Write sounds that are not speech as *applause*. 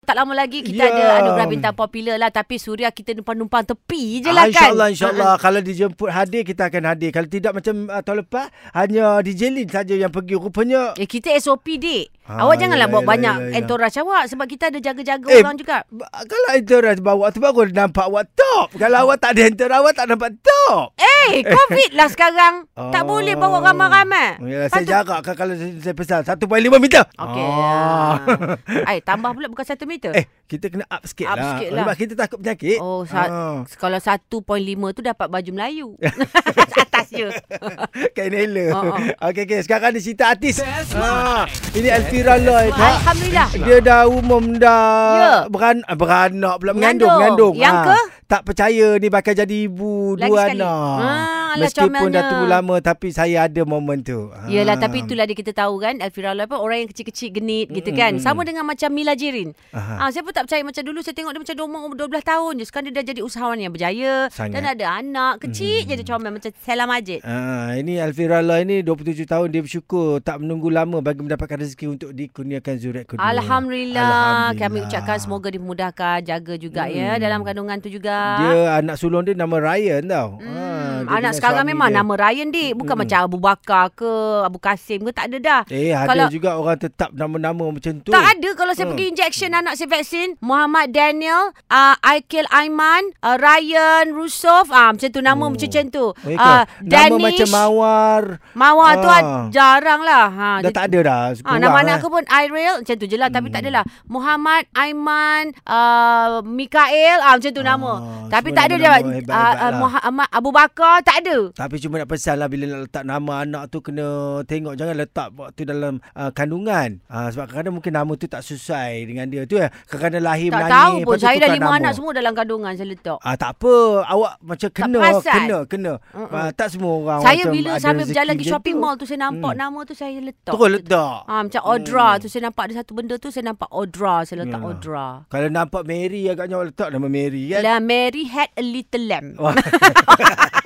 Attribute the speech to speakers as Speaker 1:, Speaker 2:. Speaker 1: tak lama lagi kita
Speaker 2: Ya.
Speaker 1: ada anugerah bintang popular lah. Tapi Suria kita numpang-numpang tepi je
Speaker 2: Ah,
Speaker 1: lah kan.
Speaker 2: InsyaAllah,
Speaker 1: *laughs*
Speaker 2: insyaAllah. Kalau dijemput hadir, kita akan hadir. Kalau tidak macam uh, tahun lepas, hanya DJ Lin saja yang pergi. Rupanya,
Speaker 1: Eh, kita SOP dik.
Speaker 2: Ah,
Speaker 1: awak janganlah
Speaker 2: yelah,
Speaker 1: buat
Speaker 2: yelah,
Speaker 1: banyak
Speaker 2: yelah, yelah.
Speaker 1: entourage awak sebab kita ada jaga-jaga
Speaker 2: ya. Eh,
Speaker 1: orang juga.
Speaker 2: ba- kalau entourage bawa tu baru nampak awak top. Kalau awak tak ada entourage, awak tak nampak top. *laughs*
Speaker 1: Eh, COVID lah sekarang. Tak
Speaker 2: Oh.
Speaker 1: boleh bawa ramai-ramai.
Speaker 2: Yalah, saya
Speaker 1: Patut-
Speaker 2: jarak kan kalau saya, saya pesan. 1.5 meter.
Speaker 1: Okey.
Speaker 2: Ah.
Speaker 1: Ah. Eh, tambah pula bukan satu meter.
Speaker 2: *laughs* Eh, kita kena up sikit
Speaker 1: Up
Speaker 2: lah.
Speaker 1: sikit lah.
Speaker 2: Sebab kita takut penyakit.
Speaker 1: Oh, sa-
Speaker 2: Ah.
Speaker 1: kalau 1.5 tu dapat baju Melayu.
Speaker 2: *laughs*
Speaker 1: Atas je.
Speaker 2: Kain Ella.
Speaker 1: Oh,
Speaker 2: Oh,
Speaker 1: oh.
Speaker 2: Okey, okey. Sekarang ni cerita artis. Ha, ini Elvira Lloyd. Ha.
Speaker 1: Alhamdulillah.
Speaker 2: Dia dah
Speaker 1: Ya.
Speaker 2: umum dah beran, ah, beranak pula mengandung
Speaker 1: Mengandung.
Speaker 2: mengandung. Ha.
Speaker 1: Yang ke?
Speaker 2: Tak percaya ni bakal jadi ibu
Speaker 1: Lagi
Speaker 2: dua
Speaker 1: sekali.
Speaker 2: anak.
Speaker 1: Ha, alah
Speaker 2: Meskipun dah
Speaker 1: comelnya.
Speaker 2: tunggu lama tapi saya ada momen tu. Ha.
Speaker 1: Yelah tapi itulah dia kita tahu kan Elvira Loy pun orang yang kecil-kecil genit gitu kan Sama dengan macam Mila Jirin
Speaker 2: Aha.
Speaker 1: ha, Saya pun tak percaya macam dulu saya tengok dia macam dia umur 12 tahun je Sekarang dia dah jadi usahawan yang berjaya
Speaker 2: Sangat.
Speaker 1: Dan ada anak kecil je dia comel macam Sela
Speaker 2: *laughs*
Speaker 1: Majid
Speaker 2: Ah, ini Alfira Loy ni 27 tahun dia bersyukur tak menunggu lama bagi mendapatkan rezeki untuk dikurniakan zuriat kedua.
Speaker 1: Alhamdulillah. Kami
Speaker 2: Alhamdulillah.
Speaker 1: ucapkan semoga dimudahkan Jaga juga ya Dalam kandungan tu juga
Speaker 2: Dia anak sulung dia nama Ryan tau. Hmm,
Speaker 1: Hmm, anak sekarang memang nama Ryan dik Bukan macam Abu Bakar ke Abu Kasim ke Tak ada dah
Speaker 2: Eh ada
Speaker 1: Kalau-
Speaker 2: kalau, juga orang tetap nama-nama macam tu.
Speaker 1: Tak ada kalau saya
Speaker 2: Hmm.
Speaker 1: pergi injection anak saya vaksin. Muhammad Daniel, uh, Aikil Aiman, uh, Ryan, Rusof. Ah, macam tu nama
Speaker 2: Oh.
Speaker 1: macam-macam tu.
Speaker 2: Eh,
Speaker 1: Ah,
Speaker 2: kan? nama macam Mawar
Speaker 1: Mawar tu
Speaker 2: Ah.
Speaker 1: ah, jarang lah. Ha,
Speaker 2: dah
Speaker 1: dia-
Speaker 2: tak ada dah.
Speaker 1: Ah, nama
Speaker 2: kurang, eh. Hmm.
Speaker 1: anak aku pun Irel macam tu je lah tapi tak adalah Muhammad Aiman uh, Mikael ah macam tu nama
Speaker 2: Ah,
Speaker 1: tapi
Speaker 2: semua
Speaker 1: tak ada dia
Speaker 2: nama-nama
Speaker 1: ah,
Speaker 2: hebat-hebat
Speaker 1: ah,
Speaker 2: lah.
Speaker 1: Muhammad Abu Bakar tak ada
Speaker 2: Tapi cuma nak pesan lah bila nak letak nama anak tu kena tengok jangan letak tu dalam uh, kandungan. Uh, sebab kadang-kadang mungkin nama tu tak sesuai dengan dia tu eh. Kadang-kadang lahir
Speaker 1: tak
Speaker 2: menangis.
Speaker 1: tahu pun
Speaker 2: lepas tu
Speaker 1: saya dah
Speaker 2: tukar
Speaker 1: lima
Speaker 2: nama.
Speaker 1: anak semua dalam kandungan saya letak
Speaker 2: Ah tak apa, awak macam kena
Speaker 1: perasan.
Speaker 2: kena kena.
Speaker 1: Mm-mm.
Speaker 2: Ah, tak semua orang
Speaker 1: Saya
Speaker 2: macam
Speaker 1: bila
Speaker 2: ada
Speaker 1: sambil
Speaker 2: rezeki
Speaker 1: berjalan pergi
Speaker 2: macam
Speaker 1: shopping
Speaker 2: tu. Hmm.
Speaker 1: mall tu saya nampak nama tu saya letak.
Speaker 2: Terus letak.
Speaker 1: Ha, macam Audra tu saya nampak ada satu benda tu saya nampak Audra saya letak
Speaker 2: Ya.
Speaker 1: Audra.
Speaker 2: Kalau nampak Mary agaknya awak letak nama Mary kan.
Speaker 1: Lah Mary had a little lamb.
Speaker 2: Wah.